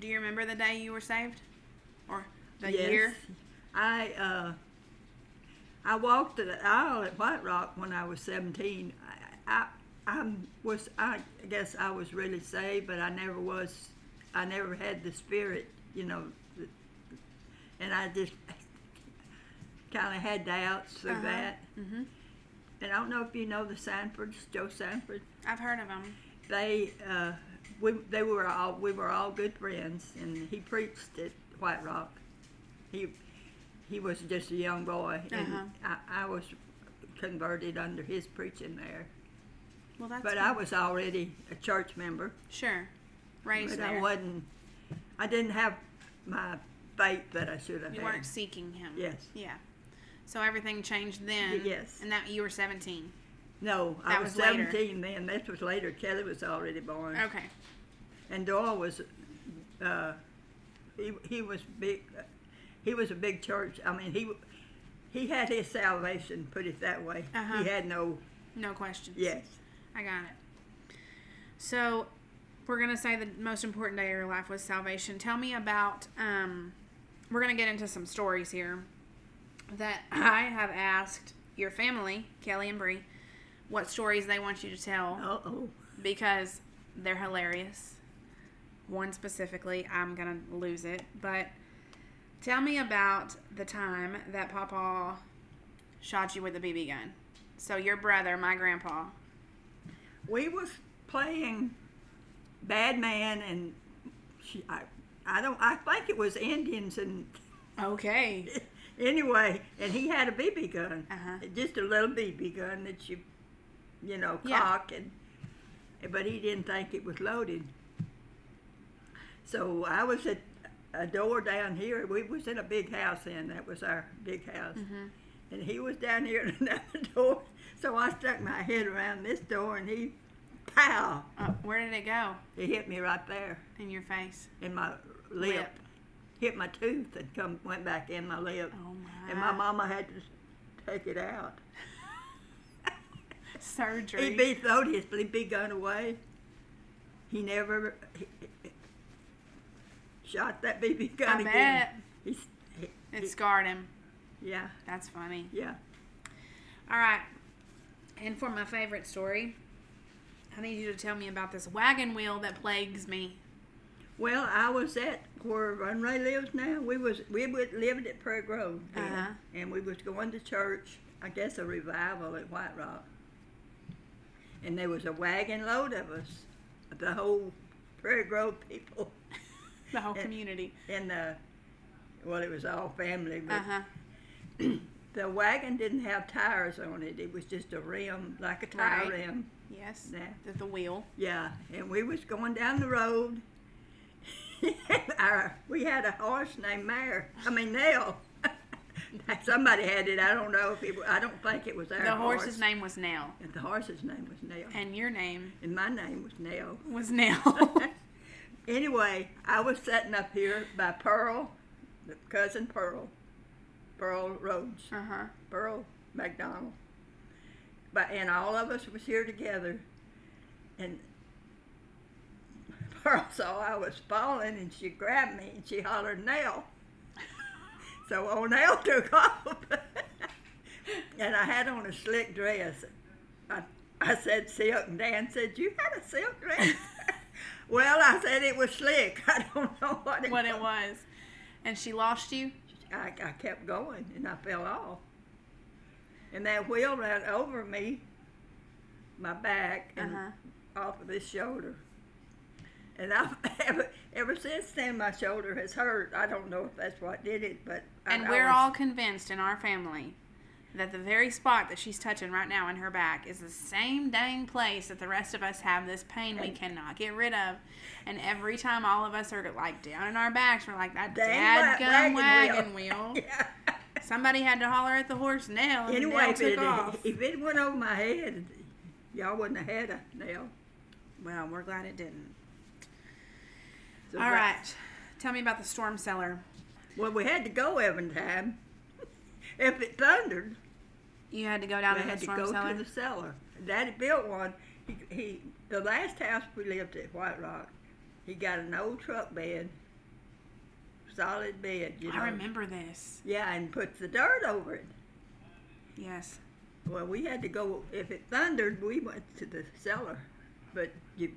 Speaker 3: Do you remember the day you were saved, or the
Speaker 4: Yes.
Speaker 3: year?
Speaker 4: I uh, I walked the aisle at White Rock when I was seventeen. I, I I was I guess I was really saved, but I never was. I never had the spirit, you know, th- and I just kind of had doubts through
Speaker 3: Uh-huh.
Speaker 4: that.
Speaker 3: hmm
Speaker 4: And I don't know if you know the Sanfords, Joe Sanford.
Speaker 3: I've heard of them.
Speaker 4: They uh, we they were all we were all good friends, and he preached at White Rock. He he was just a young boy, and
Speaker 3: Uh-huh.
Speaker 4: I, I was converted under his preaching there.
Speaker 3: Well, that's
Speaker 4: but
Speaker 3: good.
Speaker 4: I was already a church member,
Speaker 3: sure raised
Speaker 4: but
Speaker 3: there.
Speaker 4: I wasn't. I didn't have my faith that I should have
Speaker 3: you
Speaker 4: had.
Speaker 3: weren't seeking him.
Speaker 4: Yes.
Speaker 3: Yeah. So everything changed then.
Speaker 4: yes.
Speaker 3: And that you were 17.
Speaker 4: No, I
Speaker 3: That
Speaker 4: was,
Speaker 3: was later.
Speaker 4: seventeen then. This was later. Kelly was already born.
Speaker 3: Okay.
Speaker 4: and Doyle was, uh, he, he was big, he was a big church. I mean, he he had his salvation, put it that way.
Speaker 3: Uh-huh.
Speaker 4: He had no
Speaker 3: No questions.
Speaker 4: yes.
Speaker 3: I got it. So we're gonna say the most important day of your life was salvation. Tell me about. Um, we're gonna get into some stories here that I have asked your family, Kelly and Bree, what stories they want you to tell
Speaker 4: Uh oh.
Speaker 3: because they're hilarious. One specifically, I'm gonna lose it. But tell me about the time that Papa shot you with a BB gun. So your brother, my grandpa.
Speaker 4: We was playing bad man and she, I I don't I think it was Indians and
Speaker 3: Okay.
Speaker 4: anyway and he had a BB gun,
Speaker 3: Uh-huh.
Speaker 4: just a little BB gun that you you know
Speaker 3: Yeah.
Speaker 4: cock and but he didn't think it was loaded. So I was at a door down here. We was in a big house then. That was our big house.
Speaker 3: Mm-hmm.
Speaker 4: And he was down here at another door. So I stuck my head around this door and he, pow,
Speaker 3: Uh, where did it go?
Speaker 4: he hit me right there
Speaker 3: In your face.
Speaker 4: in my lip.
Speaker 3: Lip.
Speaker 4: Hit my tooth and come went back in my lip.
Speaker 3: Oh my.
Speaker 4: And my mama had to take it out.
Speaker 3: Surgery.
Speaker 4: He'd be throaty, he'd be gone away. He never he- he- shot that BB gun
Speaker 3: I
Speaker 4: again.
Speaker 3: bet.
Speaker 4: He's, he,
Speaker 3: It scarred him.
Speaker 4: yeah,
Speaker 3: That's funny.
Speaker 4: yeah.
Speaker 3: All right. And for my favorite story, I need you to tell me about this wagon wheel that plagues me.
Speaker 4: Well, I was at where Run Ray lives now. We was we would lived at Prairie Grove, then,
Speaker 3: Uh-huh.
Speaker 4: and we was going to church. I guess a revival at White Rock, and there was a wagon load of us, the whole Prairie Grove people,
Speaker 3: The whole
Speaker 4: Yeah.
Speaker 3: community.
Speaker 4: and uh, well, it was all family, but
Speaker 3: Uh huh.
Speaker 4: the wagon didn't have tires on it. It was just a rim, like a tire
Speaker 3: Right.
Speaker 4: rim.
Speaker 3: Yes.
Speaker 4: Yeah.
Speaker 3: The, the wheel.
Speaker 4: Yeah, and we was going down the road. Our, we had a horse named Mare. I mean Nell. Somebody had it. I don't know if it. wa- I don't think it was our
Speaker 3: The
Speaker 4: horse.
Speaker 3: horse's name was Nell,
Speaker 4: And the horse's name was Nell,
Speaker 3: and your name
Speaker 4: and my name was Nell.
Speaker 3: was Nell.
Speaker 4: anyway, I was sitting up here by Pearl, cousin Pearl, Pearl Rhodes.
Speaker 3: uh huh.
Speaker 4: Burl McDonald. But and all of us was here together, and Burl saw I was falling, and she grabbed me and she hollered, "Nell!" so old Nell took off, and I had on a slick dress. I, I said silk, and Dan said, "You had a silk dress." well, I said it was slick. I don't know what it
Speaker 3: What
Speaker 4: was.
Speaker 3: it was, and she lost you.
Speaker 4: I, I kept going and I fell off. And that wheel ran over me, my back, and
Speaker 3: Uh-huh.
Speaker 4: off of this shoulder. And I've ever, ever since then, my shoulder has hurt. I don't know if that's what did it, but I-
Speaker 3: And
Speaker 4: I
Speaker 3: we're
Speaker 4: was-
Speaker 3: all convinced in our family that the very spot that she's touching right now in her back is the same dang place that the rest of us have this pain we cannot get rid of. And every time all of us are like down in our backs, we're like, that
Speaker 4: Dang wa-
Speaker 3: dadgum wagon
Speaker 4: wagon
Speaker 3: wheel.
Speaker 4: Yeah.
Speaker 3: Somebody had to holler at the horse nail. And
Speaker 4: Anyway,
Speaker 3: anyway,
Speaker 4: if
Speaker 3: took
Speaker 4: it,
Speaker 3: off.
Speaker 4: if it went over my head, y'all wouldn't have had a nail.
Speaker 3: Well, we're glad it didn't.
Speaker 4: So
Speaker 3: All
Speaker 4: that-
Speaker 3: right. Tell me about the storm cellar.
Speaker 4: Well, we had to go every time. If it thundered,
Speaker 3: You had to go down
Speaker 4: we
Speaker 3: to the
Speaker 4: had to
Speaker 3: storm
Speaker 4: go
Speaker 3: cellar.
Speaker 4: to the cellar. Daddy built one. He, he, the last house we lived at White Rock, he got an old truck bed, solid bed, you know.
Speaker 3: I remember this.
Speaker 4: Yeah, and put the dirt over it.
Speaker 3: Yes.
Speaker 4: Well, we had to go, if it thundered, we went to the cellar. But you,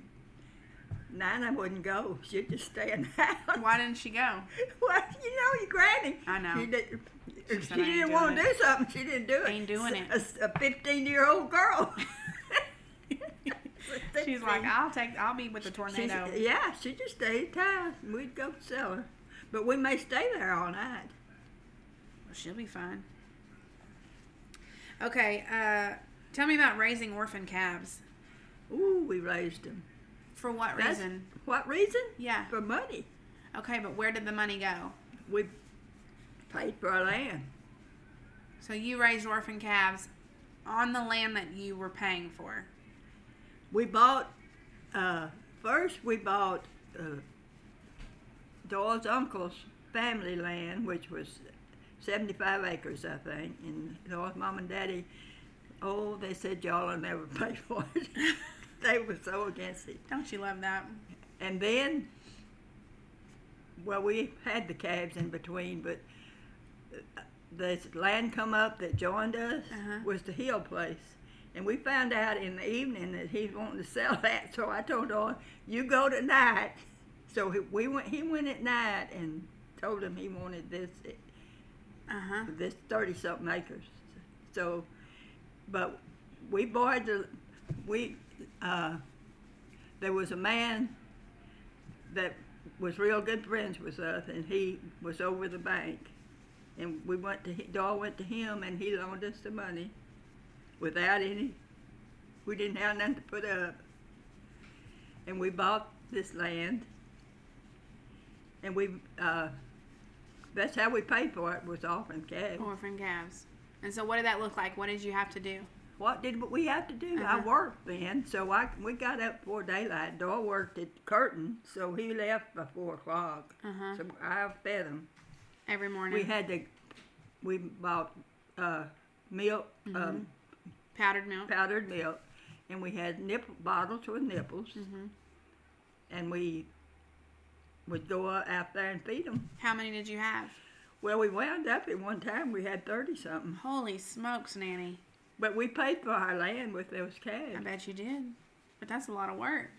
Speaker 4: Nana wouldn't go. She'd just stay in the house.
Speaker 3: Why didn't she go?
Speaker 4: Well, you know, your granny.
Speaker 3: I know.
Speaker 4: She, did, if
Speaker 3: said,
Speaker 4: she
Speaker 3: "I ain't
Speaker 4: didn't want to
Speaker 3: doing
Speaker 4: do something. She didn't do it.
Speaker 3: Ain't doing it.
Speaker 4: A- A 15 year old girl.
Speaker 3: She's like, I'll take, I'll be with the
Speaker 4: She-
Speaker 3: tornado.
Speaker 4: yeah, she just stayed tied. and We'd go to cellar. But we may stay there all night.
Speaker 3: Well, she'll be fine. Okay, uh, tell me about raising orphan calves.
Speaker 4: Ooh, we raised them.
Speaker 3: For what
Speaker 4: That's-
Speaker 3: reason?
Speaker 4: What reason?
Speaker 3: Yeah.
Speaker 4: For money.
Speaker 3: Okay, but where did the money go?
Speaker 4: We paid for our land.
Speaker 3: So you raised orphan calves on the land that you were paying for.
Speaker 4: We bought, uh, first we bought uh, Doyle's uncle's family land, which was 75 acres, I think. And Doyle's mom and daddy, oh, they said y'all will never pay for it. they were so against it.
Speaker 3: Don't you love that?
Speaker 4: And then, well, we had the calves in between, but uh, this land come up that joined us
Speaker 3: Uh-huh.
Speaker 4: was the Hill place. And we found out in the evening that he wanted to sell that, so I told him, "You go tonight." So he, we went. He went at night and told him he wanted this
Speaker 3: Uh huh.
Speaker 4: this thirty something acres. So, but we borrowed the we uh, there was a man that was real good friends with us, and he was over the bank, and we went to Dahl went to him, and he loaned us the money without any. We didn't have nothing to put up, and we bought this land, and we. Uh, that's how we paid for it was off in cash.
Speaker 3: Orphan calves. And so, what did that look like? What did you have to do?
Speaker 4: What did we have to do? I
Speaker 3: Uh-huh.
Speaker 4: worked then, so I we got up before daylight. Doyle worked at Curtin, so he left by four o'clock.
Speaker 3: Uh-huh.
Speaker 4: So I fed him.
Speaker 3: Every morning.
Speaker 4: We had to, we bought uh, milk, um,
Speaker 3: Mm-hmm. powdered milk.
Speaker 4: powdered milk, and we had nipple bottles with nipples,
Speaker 3: Mm-hmm.
Speaker 4: and we would go out there and feed them.
Speaker 3: How many did you have?
Speaker 4: Well, we wound up at one time we had thirty something,
Speaker 3: Holy smokes, Nanny.
Speaker 4: but we paid for our land with those
Speaker 3: I
Speaker 4: calves.
Speaker 3: bet you did. But that's a lot of work.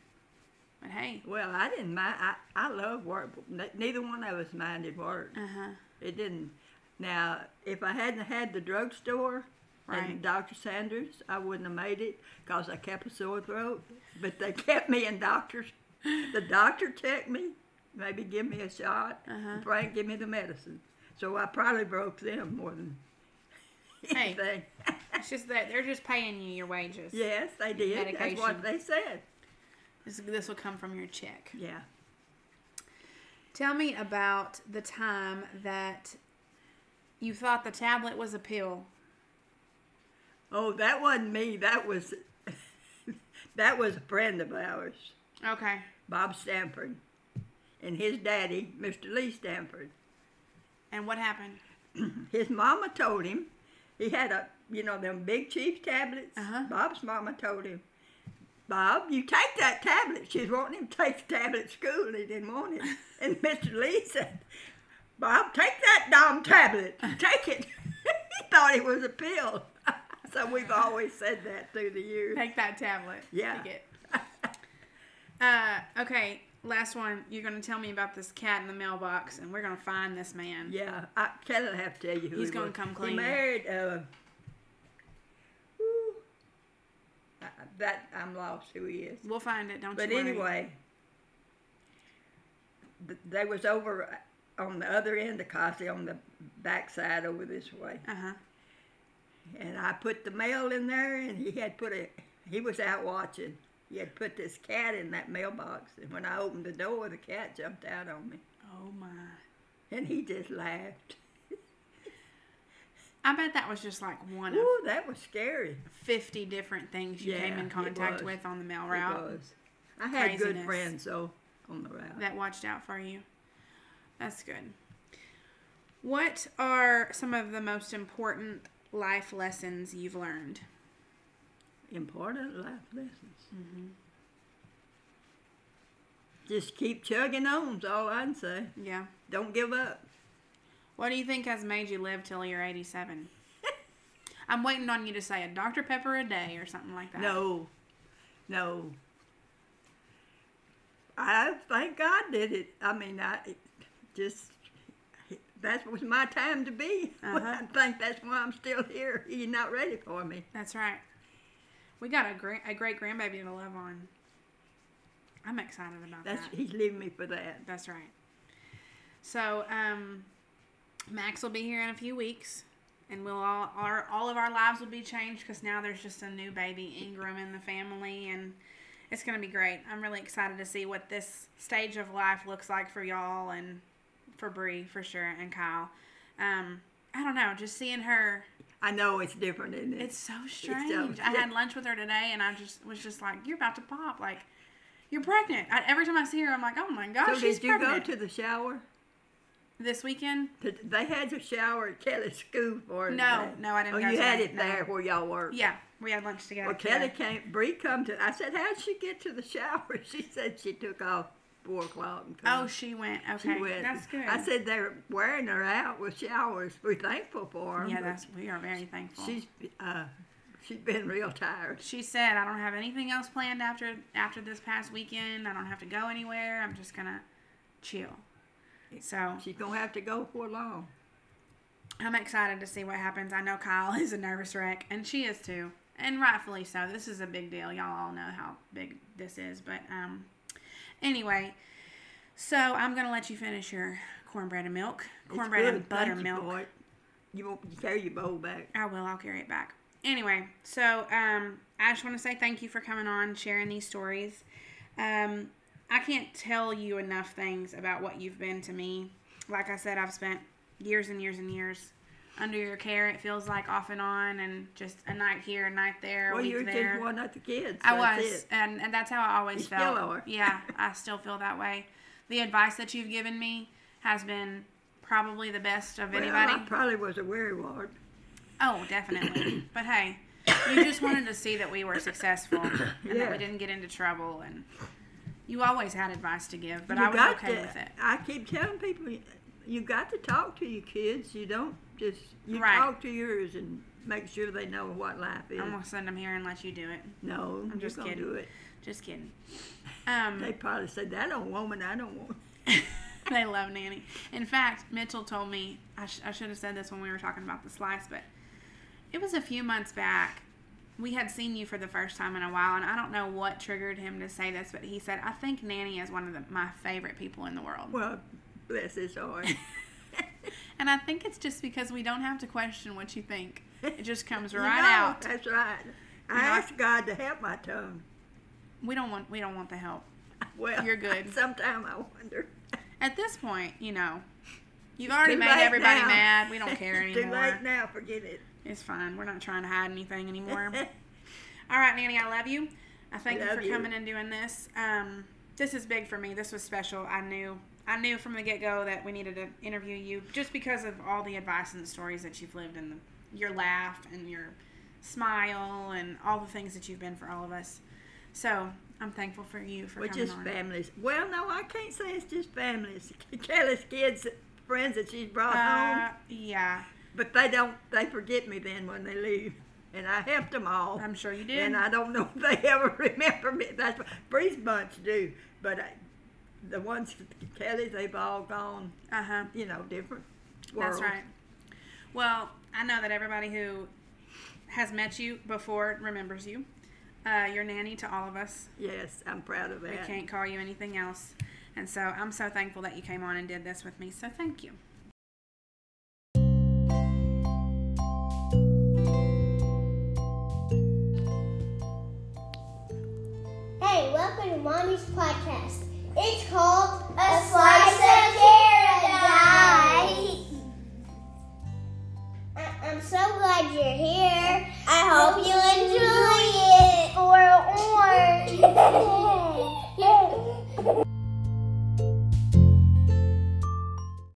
Speaker 3: But hey.
Speaker 4: Well, I didn't mind. I, I love work. but ne- Neither one of us minded work.
Speaker 3: Uh huh.
Speaker 4: It didn't. Now, if I hadn't had the drugstore
Speaker 3: Right.
Speaker 4: and Dr. Sanders, I wouldn't have made it because I kept a sore throat. But they kept me in doctors. The doctor checked me, maybe give me a shot.
Speaker 3: Uh-huh.
Speaker 4: Frank give me the medicine. So I probably broke them more than
Speaker 3: Hey.
Speaker 4: anything.
Speaker 3: It's just that they're just paying you your wages.
Speaker 4: yes, they did. That's
Speaker 3: Medication.
Speaker 4: what they said.
Speaker 3: This, this will come from your check.
Speaker 4: Yeah.
Speaker 3: Tell me about the time that you thought the tablet was a pill.
Speaker 4: Oh, that wasn't me. That was that was a friend of ours,
Speaker 3: Okay.
Speaker 4: Bob Stanford, and his daddy, Mr. Lee Stanford.
Speaker 3: And what happened?
Speaker 4: His mama told him he had a you know them big chief tablets.
Speaker 3: Uh-huh.
Speaker 4: Bob's mama told him, Bob, you take that tablet. She's wanting him to take the tablet to school. And he didn't want it. And Mr. Lee said, Bob, take that dumb tablet. Take it. he thought it was a pill. so we've always said that through the years.
Speaker 3: Take that tablet.
Speaker 4: Yeah.
Speaker 3: Take it. Uh, okay. Last one. You're going to tell me about this cat in the mailbox, and we're going to find this man.
Speaker 4: Yeah, I Kelly have to tell you who
Speaker 3: He's
Speaker 4: he
Speaker 3: gonna
Speaker 4: was.
Speaker 3: come clean.
Speaker 4: He married. Uh, whew, I, I- that I'm lost who he is.
Speaker 3: We'll find it. Don't
Speaker 4: But
Speaker 3: you worry.
Speaker 4: anyway, th- they was over uh, on the other end of Cosley on the backside over this way,
Speaker 3: Uh huh.
Speaker 4: and I put the mail in there, and he had put a. He was out watching. He had put this cat in that mailbox, and when I opened the door, the cat jumped out on me,
Speaker 3: Oh my.
Speaker 4: and he just laughed.
Speaker 3: I bet that was just like one of
Speaker 4: Ooh, that was scary.
Speaker 3: 50 different things you
Speaker 4: Yeah,
Speaker 3: came in
Speaker 4: it
Speaker 3: contact
Speaker 4: was.
Speaker 3: with on the mail
Speaker 4: It
Speaker 3: route.
Speaker 4: was. I had good
Speaker 3: Craziness.
Speaker 4: friends though on the route.
Speaker 3: that watched out for you. That's good. What are some of the most important life lessons you've learned?
Speaker 4: Important life lessons.
Speaker 3: Mm-hmm.
Speaker 4: Just keep chugging on's all I can say.
Speaker 3: Yeah.
Speaker 4: Don't give up.
Speaker 3: What do you think has made you live till you're 87? I'm waiting on you to say a Dr. Pepper a day or something like that.
Speaker 4: No, no. I thank God did it. I mean, I it just that was my time to be.
Speaker 3: Uh-huh.
Speaker 4: I think that's why I'm still here. You're not ready for me.
Speaker 3: That's right. We got a great a great grandbaby to love on. I'm excited about
Speaker 4: That's
Speaker 3: that.
Speaker 4: he's leaving me for that.
Speaker 3: That's right. So, um, Max will be here in a few weeks, and we'll all our all of our lives will be changed because now there's just a new baby Ingram in the family, and it's gonna be great. I'm really excited to see what this stage of life looks like for y'all and for Bree for sure and Kyle. Um, I don't know, just seeing her.
Speaker 4: I know it's different, isn't it?
Speaker 3: It's so
Speaker 4: so
Speaker 3: strange. I had
Speaker 4: different.
Speaker 3: lunch with her today, and I just was just like, "You're about to pop! Like, you're pregnant." I, every time I see her, I'm like, "Oh my
Speaker 4: so
Speaker 3: gosh, she's
Speaker 4: did you
Speaker 3: pregnant!"
Speaker 4: go to the shower?
Speaker 3: this weekend,
Speaker 4: To, they had the shower at Kelly's school for her
Speaker 3: No,
Speaker 4: today.
Speaker 3: no, I didn't
Speaker 4: Oh,
Speaker 3: go
Speaker 4: you
Speaker 3: to
Speaker 4: had
Speaker 3: that,
Speaker 4: it
Speaker 3: no.
Speaker 4: there where y'all were.
Speaker 3: Yeah, we had lunch together.
Speaker 4: Well, Kelly
Speaker 3: today.
Speaker 4: came. Bree come to. I said, "How'd she get to the shower?" She said she took off four o'clock. And come.
Speaker 3: Oh, she went.
Speaker 4: she
Speaker 3: Okay,
Speaker 4: went.
Speaker 3: that's good.
Speaker 4: I said they're wearing her out with showers. We're thankful for 'em,
Speaker 3: yeah,
Speaker 4: but
Speaker 3: that's we are very thankful.
Speaker 4: She's uh, she's been real tired.
Speaker 3: she said, "I don't have anything else planned after after this past weekend. I don't have to go anywhere. I'm just gonna chill." So
Speaker 4: She's gonna have to go for long.
Speaker 3: I'm excited to see what happens. I know Kyle is a nervous wreck, and she is too, and rightfully so. This is a big deal. Y'all all know how big this is, but um, anyway, so I'm gonna let you finish your cornbread and milk,
Speaker 4: It's
Speaker 3: cornbread and
Speaker 4: good. Thank you
Speaker 3: buttermilk.
Speaker 4: for it. You won't carry your bowl back.
Speaker 3: I will. I'll carry it back. Anyway, so um, I just want to say thank you for coming on, sharing these stories. Um, I can't tell you enough things about what you've been to me. Like I said, I've spent years and years and years under your care. It feels like off and on, and just a night here, a night there, a
Speaker 4: well,
Speaker 3: week
Speaker 4: you're
Speaker 3: there.
Speaker 4: just one of the kids.
Speaker 3: I
Speaker 4: that's
Speaker 3: was,
Speaker 4: it.
Speaker 3: and, and that's how I always
Speaker 4: You still
Speaker 3: felt.
Speaker 4: are.
Speaker 3: yeah, I still feel that way. The advice that you've given me has been probably the best of
Speaker 4: Well,
Speaker 3: anybody.
Speaker 4: I probably was a worrywart.
Speaker 3: Oh, definitely. but hey, you just wanted to see that we were successful and that
Speaker 4: Yeah.
Speaker 3: we didn't get into trouble. And you always had advice to give, but
Speaker 4: You
Speaker 3: I was
Speaker 4: got
Speaker 3: okay
Speaker 4: to-
Speaker 3: with it.
Speaker 4: I keep telling people, you- you got to talk to your kids. You don't just you
Speaker 3: Right.
Speaker 4: talk to yours and make sure they know what life is.
Speaker 3: I'm gonna send them here and let you do it.
Speaker 4: no, I'm
Speaker 3: just
Speaker 4: just gonna
Speaker 3: kidding.
Speaker 4: do it.
Speaker 3: Just kidding.
Speaker 4: They
Speaker 3: Um,
Speaker 4: probably said that on woman. I don't want.
Speaker 3: they love Nanny. In fact, Mitchell told me I, sh- I should have said this when we were talking about the slice, but it was a few months back. We had seen you for the first time in a while, and I don't know what triggered him to say this, but he said, "I think Nanny is one of the, my favorite people in the world."
Speaker 4: Well, bless his heart.
Speaker 3: And I think it's just because we don't have to question what you think. It just comes
Speaker 4: You
Speaker 3: right
Speaker 4: know,
Speaker 3: out.
Speaker 4: That's right. I
Speaker 3: know-
Speaker 4: asked God to help my tongue.
Speaker 3: We don't want we don't want the help.
Speaker 4: Well,
Speaker 3: You're good.
Speaker 4: Sometimes I wonder.
Speaker 3: At this point, you know, you've already
Speaker 4: Too
Speaker 3: made
Speaker 4: late
Speaker 3: everybody
Speaker 4: now.
Speaker 3: mad. We don't care
Speaker 4: It's Too late
Speaker 3: anymore.
Speaker 4: now. Forget it.
Speaker 3: It's fine. We're not trying to hide anything anymore. All right, Nanny, I love you. I thank you
Speaker 4: love
Speaker 3: for
Speaker 4: you.
Speaker 3: coming and doing this. Um, this is big for me. This was special. I knew I knew from the get go that we needed to interview you just because of all the advice and the stories that you've lived and the, your laugh and your smile and all the things that you've been for all of us. So I'm thankful for you for
Speaker 4: Well,
Speaker 3: coming
Speaker 4: just
Speaker 3: on.
Speaker 4: families. Well, no, I can't say it's just families. Kelly's kids, friends that she's brought
Speaker 3: Uh,
Speaker 4: home,
Speaker 3: yeah,
Speaker 4: but they don't. They forget me then when they leave, and I helped them all.
Speaker 3: I'm sure you did.
Speaker 4: and I don't know if they ever remember me. That's what Bree's bunch do, but I, the ones Kelly, they've all gone.
Speaker 3: uh huh.
Speaker 4: You know, different worlds.
Speaker 3: That's right. Well, I know that everybody who has met you before remembers you. Uh, you're nanny to all of us.
Speaker 4: Yes, I'm proud of that.
Speaker 3: We can't call you anything else. And so I'm so thankful that you came on and did this with me. So thank you.
Speaker 1: Hey, welcome to Mommy's podcast. It's called
Speaker 2: A slice of cake.